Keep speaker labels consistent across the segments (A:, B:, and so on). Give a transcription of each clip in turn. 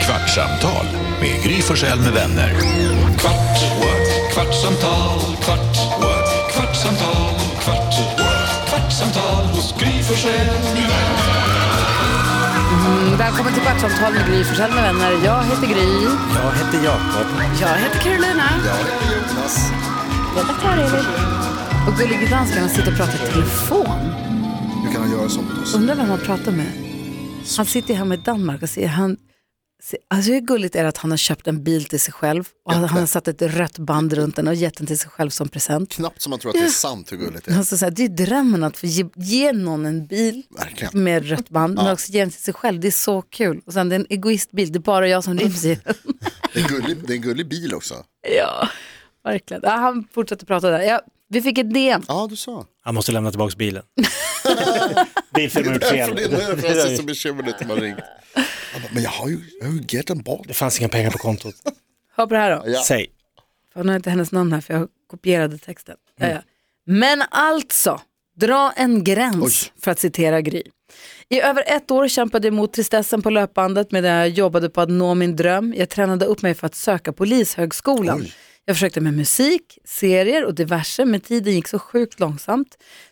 A: Kvartsamtal med Gry Forssell med vänner. Kvart, what? kvartsamtal, kvart, what? kvartsamtal, kvart, what? kvartsamtal hos Gry Forssell med vänner.
B: Välkommen till Kvartsamtal med Gry Forssell med vänner. Jag heter Gry.
C: Jag heter Jakob.
B: Jag heter Carolina. Jag heter Jonas. Jag heter Och gullige dansken sitter och pratar i telefon.
D: Hur kan han göra så mot oss?
B: Undrar vem han pratar med. Han sitter hemma i Danmark och ser han... ser- Alltså hur gulligt är det att han har köpt en bil till sig själv och han han har satt ett rött band runt den och gett den till sig själv som present.
D: Knappt som man tror att det är sant hur gulligt det är.
B: Alltså, så här, det är ju drömmen att få ge, ge någon en bil
D: Verkligen.
B: med rött band men också ge den till sig själv. Det är så kul. Och sen det är en egoistbil, det är bara jag som drivs i den.
D: Det är, en gullig, det är en gullig bil också.
B: Ja, verkligen. Ja, han fortsätter prata där. Ja, vi fick ett DM.
D: Ja, du sa.
C: Han måste lämna tillbaka bilen. Bilfirman har
D: Därför
C: gjort fel.
D: det är därför jag ser så bekymrad ut när man ringt. Han bara, Men jag har ju, jag har ju gett en boll.
C: Det fanns inga pengar på kontot.
B: Hör på det här då.
D: Ja.
C: Säg.
B: För nu har jag inte hennes namn här för jag kopierade texten. Ja, ja. Men alltså, dra en gräns för att citera Gry. I över ett år kämpade jag mot tristessen på löpbandet medan jag jobbade på att nå min dröm. Jag tränade upp mig för att söka polishögskolan. Jag försökte med musik, serier och diverse men tiden gick så sjukt långsamt.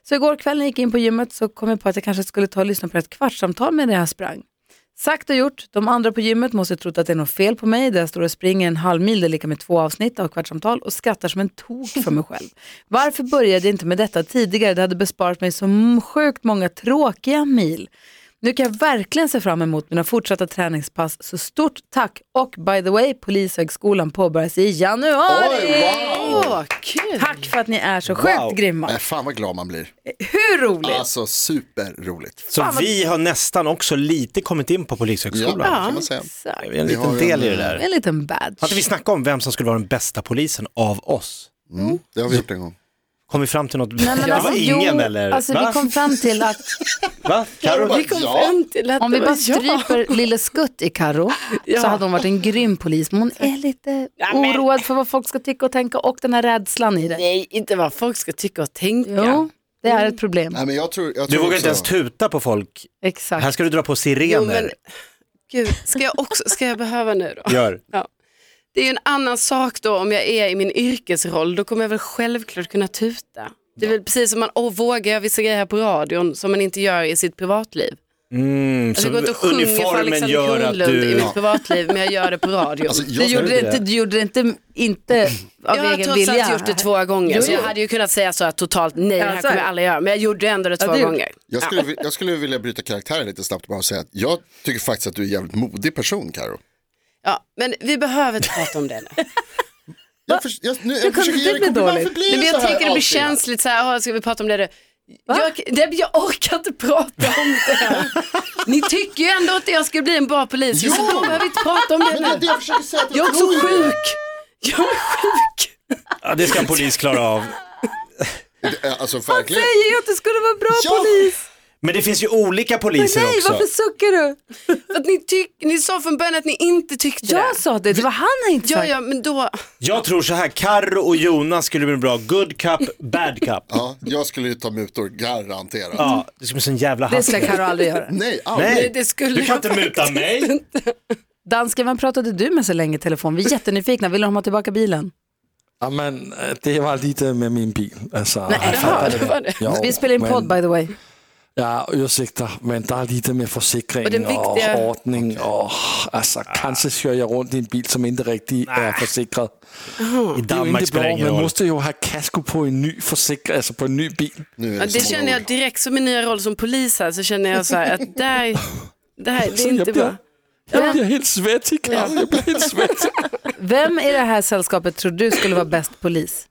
B: Så igår kväll när jag gick in på gymmet så kom jag på att jag kanske skulle ta och lyssna på ett kvartssamtal medan jag sprang. Sagt och gjort, de andra på gymmet måste ha trott att det är något fel på mig där jag står och springer en halv mil, det är lika med två avsnitt av Kvartsamtal och skrattar som en tok för mig själv. Varför började jag inte med detta tidigare? Det hade besparat mig så m- sjukt många tråkiga mil. Nu kan jag verkligen se fram emot mina fortsatta träningspass, så stort tack! Och by the way, Polishögskolan påbörjas i januari!
E: Vad kul!
B: Tack för att ni är så sjukt
C: Wow.
B: grymma!
D: Nej, fan vad glad man blir.
B: Hur roligt!
D: Alltså superroligt.
C: Så vi har nästan också lite kommit in på
D: Ja,
C: Polishögskolan.
D: kan man säga.
B: Exakt.
C: Vi är en
D: Vi
C: liten
D: har
C: del i
D: en- eh,
C: det där.
B: En liten badge.
C: Har inte vi snackat om vem som skulle vara den bästa polisen av oss?
D: Mm, det har vi gjort en gång.
C: Kom vi fram till något?
B: Nej, men
C: det var
B: alltså,
C: ingen
B: jo,
C: eller?
B: Alltså, vi
C: Va?
B: kom fram till att
C: Va? Karo?
D: bara,
E: Vi kom
D: ja.
E: fram till att
B: Om
E: det
B: vi bara
E: var jag.
B: stryper lille Skutt i Karo
E: Ja.
B: så hade hon varit en grym polis. Men hon är lite oroad för vad folk ska tycka och tänka och den här rädslan i det.
E: Nej, inte vad folk ska tycka och tänka.
B: Jo, det är ett problem.
D: Nej, men jag tror, jag
C: Du
D: tror
C: vågar
D: också-
C: inte ens tuta på folk. Här
B: Exakt.
C: ska du dra på sirener.
E: Jo, men, gud, ska jag också, ska jag behöva nu då?
C: Gör.
E: Ja. Det är ju en annan sak då om jag är i min yrkesroll, då kommer jag väl självklart kunna tuta. Det är väl precis som man, åh vågar jag vissa grejer här på radion som man inte gör i sitt privatliv.
C: Mm,
E: Alltså, jag går inte och
C: så
E: sjunger för
C: uniformen
E: Alexander
C: gör att
E: Kronlund i
C: du...
E: mitt privatliv, men jag gör det på radion.
D: Alltså,
B: Du
D: jag,
B: gjorde
C: det.
B: det inte, du gjorde det inte, inte av
E: jag har
B: egen
E: trots
B: vilja.
E: allt gjort det två gånger,
B: Jo,
E: så jag
B: jo.
E: hade ju kunnat säga så här totalt nej, det
B: Ja,
E: här
B: så är
E: kommer
B: det.
E: jag aldrig göra, men jag gjorde ändå det
B: Ja,
E: två
B: det gjorde-
E: gånger.
D: jag, skulle, vi- jag skulle vilja bryta karaktären lite snabbt och bara säga att jag tycker faktiskt att du är en jävligt modig person, Karo.
E: Ja, men vi behöver inte prata om det nu.
D: Jag, för, jag, nu, jag
B: kunde
D: försöker
B: inte
D: ge dig
B: bli dåligt.
D: Varför blir
E: Nej, men jag
D: så här
E: tänker det blir
D: alltid?
E: känsligt så här, "Åh, ska vi prata om det nu? Jag, nej, men jag orkar inte prata om det. Ni tycker ju ändå att jag ska bli en bra polis,
D: Jo.
E: så då behöver vi inte prata om det
D: Men det är det
E: nu.
D: jag försöker säga. Att
E: Jag är
D: jag
E: också
D: tror ju det.
E: sjuk. Jag är sjuk.
C: Ja, det ska en polis klara av.
D: Det är- Alltså verkligen.
B: Säger ju att du skulle vara bra
D: Ja.
B: polis.
C: Men det finns ju olika poliser
B: Nej,
C: också.
B: varför suckar du?
E: För att ni, tyck, ni sa från början att ni inte tyckte
B: Jag
E: det.
B: sa det, det var han jag inte
E: Ja,
B: sagt.
E: ja, men då.
C: Jag tror så här, Karro och Jonas skulle bli en bra good cup, bad cup.
D: Ja, jag skulle ju ta mutor garanterat.
C: Ja, det skulle bli sån jävla
B: Det skulle
C: hastighet.
B: Karo aldrig göra.
D: Nej, aldrig.
C: Nej,
E: det skulle
C: du kan
E: jag
C: inte muta mig.
B: Dansken, vem pratade du med så länge i telefon? Vi är jättenyfikna, vill de ha tillbaka bilen?
F: Jamen, øh, det var lite med min bil. Altså, Nej,
B: det var-
E: det var det.
F: Jo,
B: Vi spelar in podd by the way.
F: Ja, ursäkter, men der er lite med forsikring
E: Og
F: och
E: den vigtige-
F: ordning. Och, altså, kanske kör jag runt i en bil, som inte riktigt är försäkrad.
C: I
F: Det är ju
C: Danmark
F: inte
C: spelar det
F: bra,
C: ingen
F: man
C: roll.
F: måste ju ha kasko på en ny försäkring, alltså på en ny bil.
D: Nu är
E: Ja,
D: det,
E: det
D: så
E: känner
D: många
E: jag
D: ord.
E: direkt som min nya roll som polis här, så känner jag så här att där, där, det är inte
F: jag blir,
E: bra.
F: jag blir helt svettig, Karl. Jag blir helt svettig.
B: Vem i det här sällskapet tror du skulle vara bäst polis?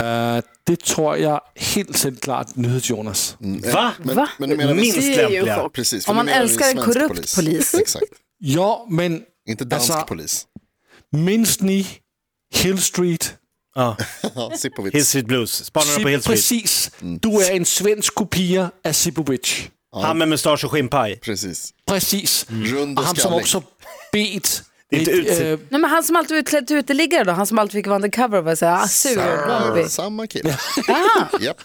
F: Øh, det tror jag helt helt klart nyhets Jonas.
D: Mm.
C: Va?
B: Va?
D: Men du menar vi-
C: Minst
E: Det är ju
C: lämpliga.
E: chock.
D: Precis, för
B: Om
D: nu
B: man
D: menar vi
B: älskar en
D: svensk
B: korrupt polis.
D: Exakt,
F: Ja, men
D: inte dansk
F: Altså-
D: polis.
F: minns ni Hill Street?
C: Ja.
D: Ja, Sipowicz.
C: Hill Street Blues, spanarna på Hill Street.
F: Precis.
C: Mm.
F: Du är en svensk kopia av Sipovic.
C: Han med mustasch och skinnpaj.
D: Precis.
F: Precis.
C: Mm.
D: Rund
F: Och
D: och
F: han som
D: skallig.
F: också bet.
C: Det är inte
F: ett,
C: utsikt.
F: eh,
B: Nej, men han som alltid var utklädd till uteliggare då, han som alltid fick vara undercover och var såhär, ah, sur och
D: Samma,
B: grumpy.
D: samma kille. Japp,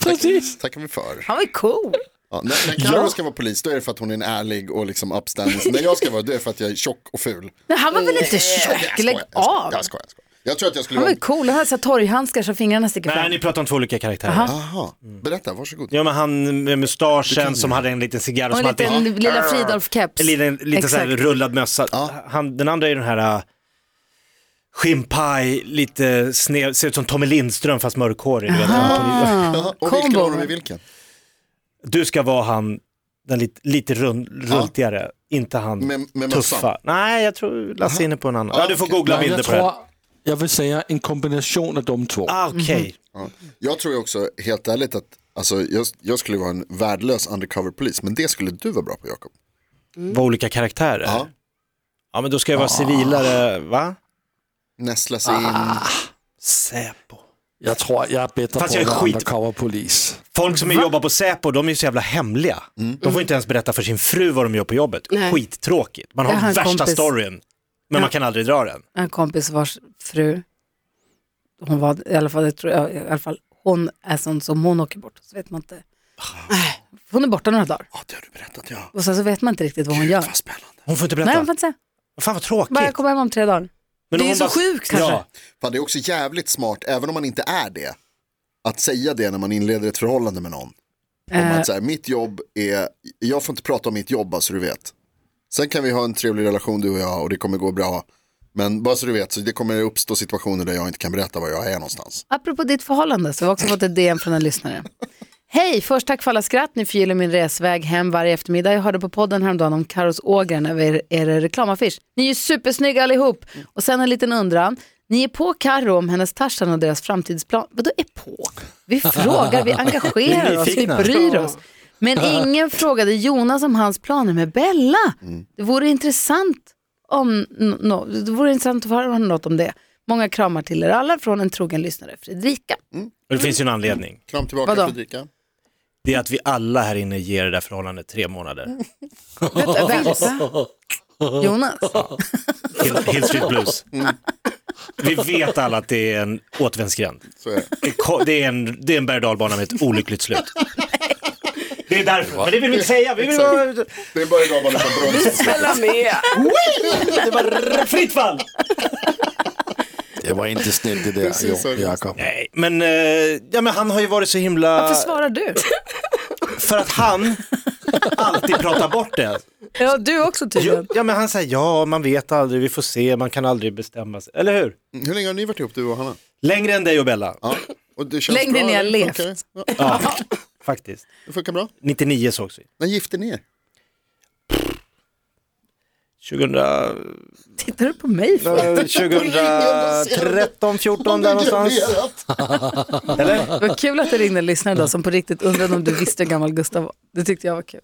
F: Precis.
D: tackar vi för.
B: Han var ju cool.
D: Ja, när när Carro ska vara polis då är det för att hon är en ärlig och liksom upstanding. Så När jag ska vara det är för att jag är tjock och ful.
B: Nej, han var väl inte tjock? Lägg
D: skojar, jag skojar,
B: av.
D: jag skojar, jag skojar. Jag tror att jag skulle
B: Han var
D: vara...
B: ju cool. Han hade så här torghandskar så fingrarna sticker
C: Nej,
B: fram.
C: ni pratar om två olika karaktärer.
D: Jaha, berätta, varsågod.
C: Ja, men han med mustaschen som hade en liten cigarr och
B: Och
C: som
B: en
C: alltid...
B: liten lilla Fridolf-keps.
C: En liten, lite så här
B: Exakt.
C: rullad mössa. Han, den andra är den här äh, skimpaj, lite sned, ser ut som Tommy Lindström fast mörkhårig. Du, vet. Han-
D: Jaha, och vilken
B: Combo.
D: av dem är vilken?
C: du ska vara han, den lite, lite rund, rultigare, inte han
D: Med- med
C: tuffa.
D: mössan?
C: Nej, jag tror Lasse är inne på en annan.
D: Ja,
C: Ja, du får
D: okej.
C: googla
F: Nej,
C: bilder
F: jag
C: på det.
F: tror, jag vill säga en kombination av de två.
C: Ah, Okej,
D: Ja. Jag tror ju också helt ärligt att alltså, jag, jag skulle vara en värdelös undercover-polis, men det skulle du vara bra på Jakob.
C: vad olika karaktärer.
D: Ja.
C: Ja, men då ska jag vara civilare, va?
D: Nästla sig in.
C: Säpo.
F: Jag tror jag är bättre
C: Fast
F: på
C: jag är
F: att
C: skit-
F: vara undercover-polis.
C: Folk som jobbar på Säpo, de är ju så jävla hemliga. De får inte ens berätta för sin fru vad de gör på jobbet.
E: Nej.
C: Skittråkigt. Man har
B: Jag har en
C: värsta
B: kompis.
C: storyn, men man kan aldrig dra den.
B: en kompis vars fru, hon var i alla fall, jag tror, jag, i alla fall hon är sån som hon åker bort, så vet man inte. Hon är borta några dagar
D: Ah. Ja, det har du berättat, ja.
B: och sen så vet man inte riktigt vad hon gör.
D: Vad spännande.
C: Hon får inte
B: Nej,
C: berätta.
B: man får inte säga.
C: Fan vad tråkigt.
B: Bara jag kommer hem om tre dagar.
C: Men
E: Det
C: om
E: är
C: hon
E: så
C: bara-
E: sjukt
C: Ja.
E: kanske.
D: Fan, det är också jävligt smart, även om man inte är det, att säga det när man inleder ett förhållande med någon. Om att så här, mitt jobb är, jag får inte prata om mitt jobb bara så du vet. Sen kan vi ha en trevlig relation du och jag och det kommer gå bra. Men bara så du vet, så det kommer uppstå situationer där jag inte kan berätta var jag är någonstans.
B: Apropå ditt förhållande så har vi också fått ett DM från en lyssnare. Hej, först tack för alla skratt. Ni förgyller min resväg hem varje eftermiddag. Jag hörde på podden häromdagen om Karos Ågren över er, er reklamaffisch. Ni är ju supersnygga allihop. Och sen en liten undran. Ni är på Karo om hennes Tarzan och deras framtidsplan. Vadå är på? Vi frågar, vi
C: Vi
B: engagerar
C: är
B: oss, vi
C: nyfikna.
B: bryr oss. Men ingen frågade Jonas om hans planer med Bella. Det vore intressant om, no, det vore intressant att få höra något om det. Många kramar till er alla från en trogen lyssnare, Fredrika.
C: Och det finns ju en anledning.
D: Kram tillbaka
B: Vadå?
D: Fredrika.
C: Det är att vi alla här inne ger det där förhållandet tre månader.
B: Vänta. Jonas,
C: Hill, Hill Street Blues. Vi vet alla att det är en återvändsgränd.
D: Så är det.
C: Det, ko- det är en, det är en berg och dalbana med ett olyckligt slut. Det är därför, men det vill vi inte säga. Vi vill vara...
D: Det är bara idag man har brunst.
E: Fälla med.
C: Det var fritt fall!
F: Det var inte snällt det där,
D: Precis så Jo, det är.
F: Jakob.
C: Nej, men, eh, ja, men han har ju varit så himla...
B: varför svarar du?
C: För att han alltid pratar bort det.
B: Ja, du också
C: Jo,
B: tydligen.
C: ja, men han säger ja, man vet aldrig, vi får se, man kan aldrig bestämma sig. Eller hur?
D: Hur länge har ni varit ihop du och Hanna?
C: Längre än dig och Bella,
D: Ja. Och det känns
B: Längre
D: bra,
B: än jag
D: eller?
B: levt.
D: Funkar det? Ja,
C: faktiskt.
D: det funkar bra.
C: 99 sågs vi.
D: När gifte ni er?
C: 2000,
B: Tittar du på mig? för?
C: 2013, 14 där någonstans. Eller?
B: Det var kul att det ringde en lyssnare idag som på riktigt undrade om du visste hur gammal Gustav var. Det tyckte jag var kul.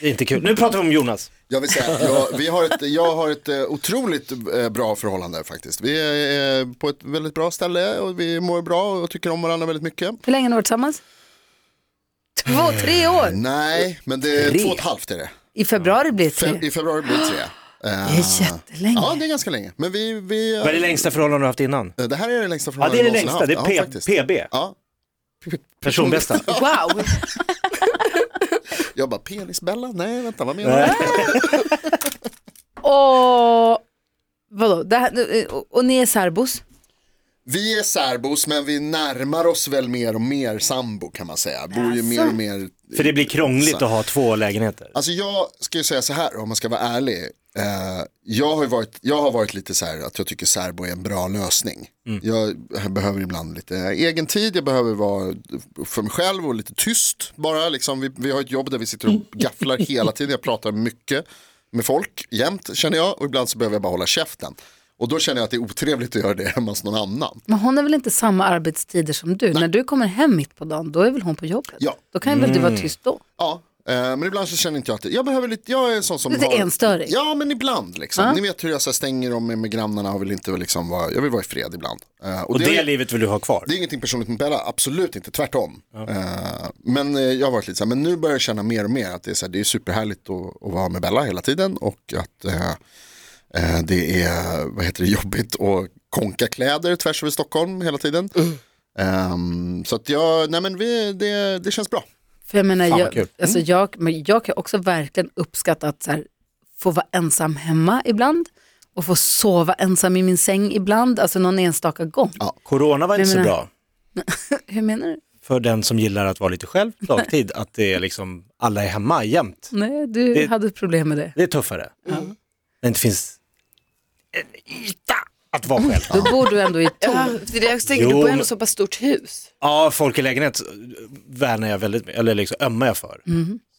C: Det är inte kul. Nu pratar vi om Jonas.
D: Jag vill säga, jag, vi har ett, jag har ett eh, otroligt eh, bra förhållande faktiskt. Vi är eh, på ett väldigt bra ställe och vi mår bra och tycker om varandra väldigt mycket.
B: Hur länge har ni varit tillsammans? Två, tre år.
D: Nej, men det är två och ett halvt är det.
B: I februari blir det
D: Fe,
B: tre.
D: I februari blir det tre. Eh,
B: Det är jättelänge.
D: Ja, det är ganska länge. Men vi, vi,
C: Vad är det
D: eh,
C: längsta förhållande du har haft innan?
D: det här är det längsta
C: Ja, det är
D: förhållandet
C: det
D: jag någonsin
C: längsta. Det
D: haft.
C: är P-
D: ja, faktiskt.
C: PB,
D: Ja,
C: personbästa.
B: Wow.
D: jag bara penisbella, nej vänta vad menar du?
B: Och, vadå? Det här, eh, och, och ni är särbos?
D: Vi är särbos men vi närmar oss väl mer och mer sambo kan man säga. Bor ju mer och mer
C: För det blir krångligt att ha två lägenheter.
D: Alltså jag ska ju säga så här om man ska vara ärlig. Eh, jag, har ju varit, jag har varit lite så här att jag tycker serbo är en bra lösning. Jag behöver ibland lite egen tid, jag behöver vara för mig själv och lite tyst bara. Liksom, vi, vi har ett jobb där vi sitter och gafflar hela tiden, jag pratar mycket med folk jämt känner jag och ibland så behöver jag bara hålla käften. Och då känner jag att det är otrevligt att göra det hemma hos någon annan.
B: Men hon har väl inte samma arbetstider som du? När du kommer hem mitt på dagen, då är väl hon på jobbet?
D: Ja.
B: Då kan ju väl du vara tyst då?
D: Ja, eh, men ibland så känner inte jag att det, jag behöver lite, jag är en sån som
B: Lite
D: har,
B: enstörig.
D: Ja, men ibland liksom. Ni vet hur jag så här, stänger om mig med grannarna och vill inte liksom vara, jag vill vara i fred ibland. Eh, och
C: Och
D: det,
C: det
D: är,
C: livet vill du ha kvar.
D: det är ingenting personligt med Bella, absolut inte, tvärtom. Eh, men eh, jag har varit lite så här, men nu börjar jag känna mer och mer att det är, så här, det är superhärligt att, att vara med Bella hela tiden och att eh, eh, det är, vad heter det, jobbigt att konka kläder tvärs
B: Mm.
D: över Stockholm hela tiden. Ehm, så att jag, nej men vi, det, det känns bra.
B: För jag menar,
C: Fan, vad
B: jag,
C: kul.
B: alltså jag, men jag kan också verkligen uppskatta att så här, få vara ensam hemma ibland och få sova ensam i min säng ibland, alltså någon enstaka gång.
C: Corona var
B: Jag
C: inte så
B: menar-
C: bra
B: Hur menar du?
C: för den som gillar att vara lite själv dagtid, att det är liksom alla är hemma jämt.
B: Nej, du
C: Det-
B: hade problem med det.
C: Det är tuffare. När det inte finns en yta att vara själv.
B: Då bor du ändå i ett
E: Ja,
B: torn.
E: för det jag tänker, du
C: Jo,
E: bor ändå
C: men-
E: så pass stort hus.
C: Ja, folk i lägenhet värnar jag väldigt, eller liksom ömmar jag för.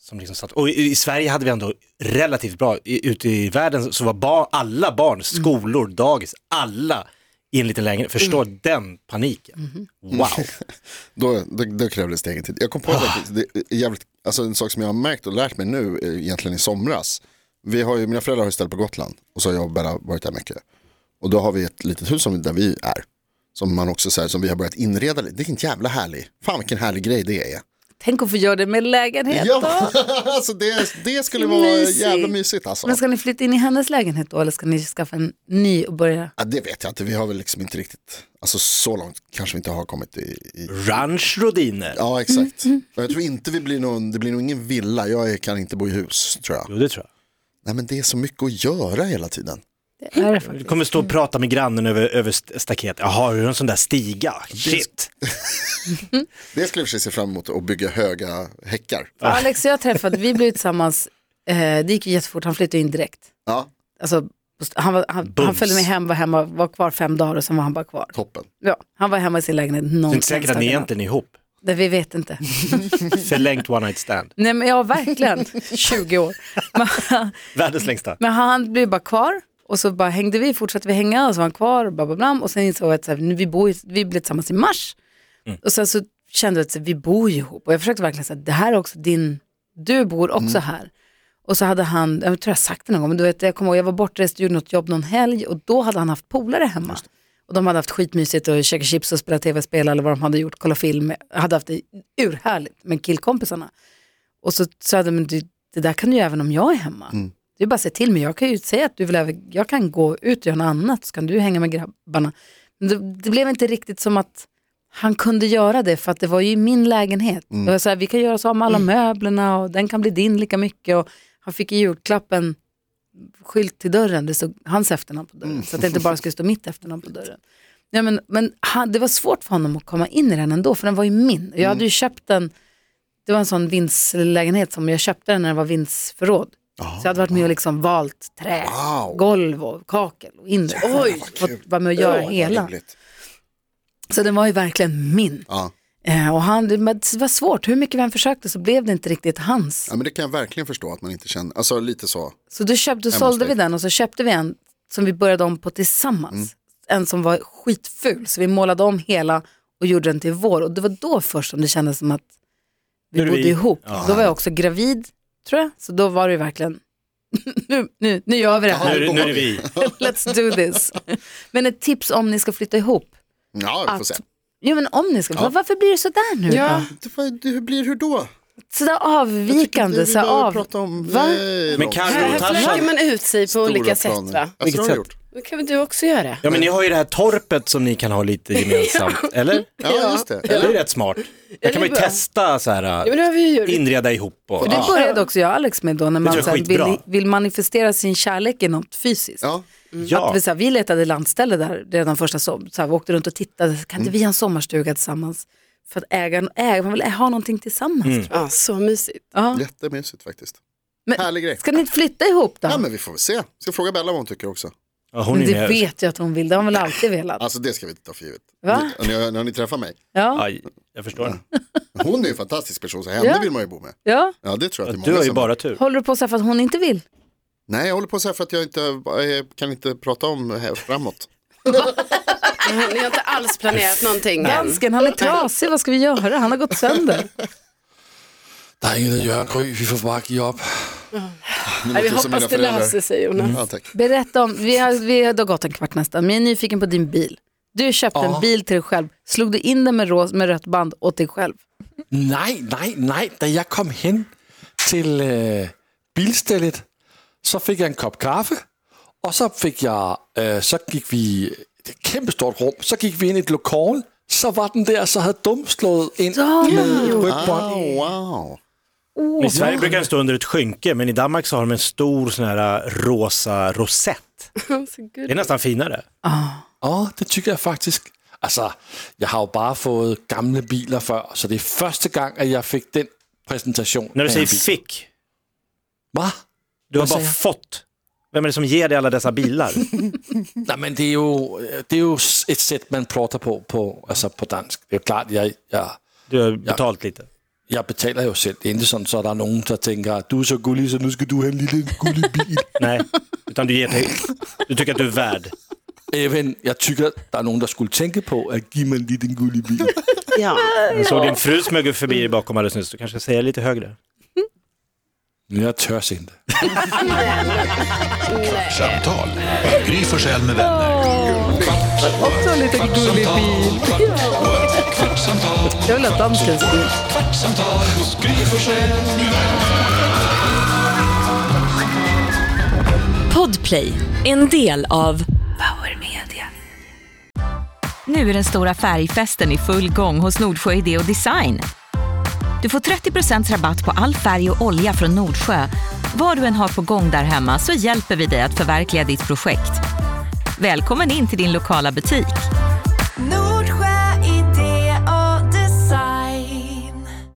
C: Som liksom satt. Och i, i Sverige hade vi ändå relativt bra, I, ute i världen så var barn, alla barn, skolor, dagis, alla i en liten lägenhet. Förstå den paniken. Wow.
D: Då, då, då krävdes det egen tid. Jag kom på
B: Ah.
D: att det är jävligt, alltså en sak som jag har märkt och lärt mig nu eh, egentligen i somras. Vi har ju, mina föräldrar har ju ställt på Gotland och så har jag och Bella varit där mycket. Och då har vi ett litet hus som, där vi är. Som man också så här, som vi har börjat inreda. lite. Det är en jävla härlig, fan vilken härlig grej det är.
B: Tänk att få göra det med lägenhet då.
D: Ja, alltså det, det skulle vara
B: Mysigt.
D: jävla mysigt alltså.
B: Men ska ni flytta in i hennes lägenhet då eller ska ni skaffa en ny och börja?
D: Ja, det vet jag inte, vi har väl liksom inte riktigt, alltså så långt kanske vi inte har kommit i, i
C: Ranch Rodiner.
D: Ja, exakt. Och jag tror inte vi blir någon, det blir nog ingen villa, jag är- kan inte bo i hus tror jag.
C: Jo, det tror jag.
D: Nej men det är så mycket att göra hela tiden.
B: Det är det
C: Du
B: faktiskt.
C: kommer stå och prata med grannen över, över st- staket. Jaha, är det en sån där stiga? Shit.
D: Det skulle jag i och för sig se fram emot, att bygga höga häckar.
B: Alex och jag träffade, vi blev tillsammans, eh, det gick ju jättefort, han flyttade in direkt.
D: Ja,
B: Alltså, han, var, han, han
C: Bums.
B: följde med hem, var hemma, var kvar fem dagar och sen var han bara kvar.
D: toppen.
B: Ja, han var hemma i sin lägenhet
C: Det
B: någon
C: är inte säkert att ni egentligen är ihop.
B: Nej, vi vet inte.
C: Förlängt one night stand.
B: Nej men ja, verkligen. 20 år. Men,
C: Världens längsta.
B: men han blev bara kvar och så bara hängde vi, fortsatte vi hänga och så var han kvar bla, bla, bla. och sen insåg jag att så här, nu, vi, bor, ju- vi blev tillsammans i mars. Och sen så kände jag att så, här, vi bor ju ihop och jag försökte verkligen säga det här är också din, du bor också här. Och så hade han, jag tror jag sagt det någon gång, men du vet, jag kommer ihåg, jag var bortrest och gjorde något jobb någon helg och då hade han haft polare hemma. Och de hade haft skitmysigt och käkat chips och spelat tv-spel eller vad de hade gjort, kolla film, hade haft det urhärligt med killkompisarna. Och så sa jag, men du, det där kan du ju även om jag är hemma. Det är bara att säga till mig, jag kan ju säga att du vill även, jag kan gå ut och göra något annat, så kan du hänga med grabbarna. Men det, det blev inte riktigt som att han kunde göra det för att det var ju i min lägenhet. Det var så här, vi kan göra oss av med alla möblerna och den kan bli din lika mycket. Och han fick i julklappen skylt till dörren, det stod hans efternamn på dörren. Så att det inte bara skulle stå mitt efternamn på dörren. Ja, men men han, det var svårt för honom att komma in i den ändå, för den var ju min. Jag hade ju köpt den det var en sån vindslägenhet som jag köpte den när det var vindsförråd. Så jag hade varit med och liksom valt trä,
D: Wow.
B: golv och kakel och inre. Oj, och var med och göra hela.
D: Rimligt.
B: Så den var ju verkligen min.
D: Ja.
B: Eh, och han, det men det var svårt, hur mycket vi än försökte så blev det inte riktigt hans.
D: ja, men det kan jag verkligen förstå att man inte känner, alltså lite så.
B: Så då köpte, då sålde vi den och så köpte vi en som vi började om på tillsammans. En som var skitful, så vi målade om hela och gjorde den till vår. Och det var då först som det kändes som att vi
C: Nu är vi-
B: bodde ihop.
C: Ja.
B: Då var jag också gravid, tror jag. Så då var det ju verkligen, nu, nu, nu gör vi det
C: Nu,
B: här.
C: är det- nu är det vi.
B: Let's do this. Men ett tips om ni ska flytta ihop.
D: Ja, vi får se.
B: Att, jo men om ni ska, varför blir det sådär nu då?
D: Det får- det- Hur blir hur då?
B: Sådär
D: Jag tycker inte
B: avvikande,
D: vi
B: så
D: behöver
B: av.
D: prata om
B: Va?
D: nej,
C: Men
D: då.
C: Carro
E: Här
C: och
E: fläcker
C: Tarzan,
E: man ut sig på olika
D: Stora
E: sätt
D: planer.
E: va?
D: Ja, så
C: Vilket
D: har de
C: sätt?
D: gjort.
E: Då kan väl du också göra det?
C: ja men ni har ju det här torpet som ni kan ha lite gemensamt, eller?
D: Ja, just det.
C: Det är ju rätt smart. Där kan man ju
E: bra.
C: testa så
E: Ja, men
C: här,
E: det har vi ju gjort.
C: inreda ihop och...
B: Det började också jag och Alex med då när man
C: tror jag
B: så här,
C: är skitbra.
B: vill, vill manifestera sin kärlek i något fysiskt.
D: Ja.
C: Ja.
B: Att vi, så här, vi letade landställe där redan första som, så här, vi åkte runt och tittade, kan
C: Mm.
B: inte vi ha en sommarstuga tillsammans? För att äga, äga man vill ha någonting tillsammans.
C: Mm.
B: tror
E: Ja, så mysigt.
B: jag. Ja.
D: Jättemysigt faktiskt.
B: Men-
D: Härlig grej.
B: Ska ni inte flytta ihop då?
D: Ja, men vi får väl se. Ska fråga Bella vad hon tycker också.
C: Ja, hon
B: Men
C: är
B: det
C: med.
B: vet jag att hon vill, det har hon väl alltid velat.
D: Alltså det ska vi inte ta för givet.
B: Va?
D: Ni, när, när ni träffar mig.
B: Ja,
C: Aj, jag förstår.
D: Hon är ju en fantastisk person, så henne
B: Ja.
D: vill man ju bo med.
B: ja.
D: Ja, det tror jag att det är
C: Du har
D: många
C: ju
D: som...
C: bara tur.
B: Håller du på så här för att hon inte vill?
D: Nej, jag håller på så här för att jag inte eh, kan inte prata om här framåt.
E: Ni har inte alls planerat någonting än.
B: Dansken, han är trasig, vad ska vi göra? Han har gått sönder.
F: Der er ingen, der gør gry, vi får bare give op.
D: Nu
E: Ja,
D: låter
E: vi
D: jag som
E: hoppas
D: mina
E: det
D: föräldrar. Mm.
E: löser sig Jonas.
D: Ja, tack.
B: Berätta om, vi har, vi har då gått en kvart nästan, men jag är nyfiken på din bil. Du köpte en bil till dig själv, slog du in den med, ros, med rött band åt dig själv?
F: Nej, nej, nej. Da jeg kom hen til øh, bilstellet, så fik jeg en kop kaffe, og så fik jeg, øh, så gik vi, det er et kæmpestort rum, så gik vi ind i et lokal, så var den der, så havde dum slået ind med rygbånd.
D: Oh, wow.
C: Men I Sverige brukar den stå under ett skynke, men i Danmark så har de en stor sån här äh, rosa rosett. Det
E: Så
C: är
E: gulligt.
C: nästan finare.
F: Åh, det tycker jeg faktisk. Altså, jeg har jo bare fået gamle biler før, så det er første gang, at jeg fik den præsentation.
C: När du
F: af
C: säger
F: en bil.
C: fick,
F: Hvad?
C: du har
F: Vad
C: bara
F: säger jag?
C: fått. Vem är det som ger dig alla dessa bilar?
F: Nej, men det er jo, øh, det er jo et sæt, man plotter på, på, altså på dansk. Det er jo klart, jeg, jeg,
C: Du har betalt lite.
F: jeg betaler jo selv. Det er ikke sådan, så er der nogen, der tænker, du er så gullig, så nu skal du have en lille gullig bil.
C: Nej, utan du ger till... Du tycker att du är värd.
F: Even, jeg tykker, der er nogen, der skulle tænke på at give mig en lille gullig bil.
E: Ja.
C: Jag såg din fru smög förbi dig bakom alldeles nyss. Du kanske ska säga lite högre.
F: Men jeg tør se det.
A: Kvartsamtal med Gry Forssell med vänner. Kvart, what?
B: lite
A: kvartsamtal, kvart, what? kvartsamtal,
B: Jag vill ha danskens bil.
A: kvartsamtal hos Gry Forssell med vänner.
G: Podplay, en del av Power Media.
H: Nu är den stora färgfesten i full gång hos Nordsjö Idé och Design. Du får 30 rabatt på all färg och olja från Nordsjö. Vad du än har på gång där hemma så hjälper vi dig att förverkliga ditt projekt. Välkommen in till din lokala butik.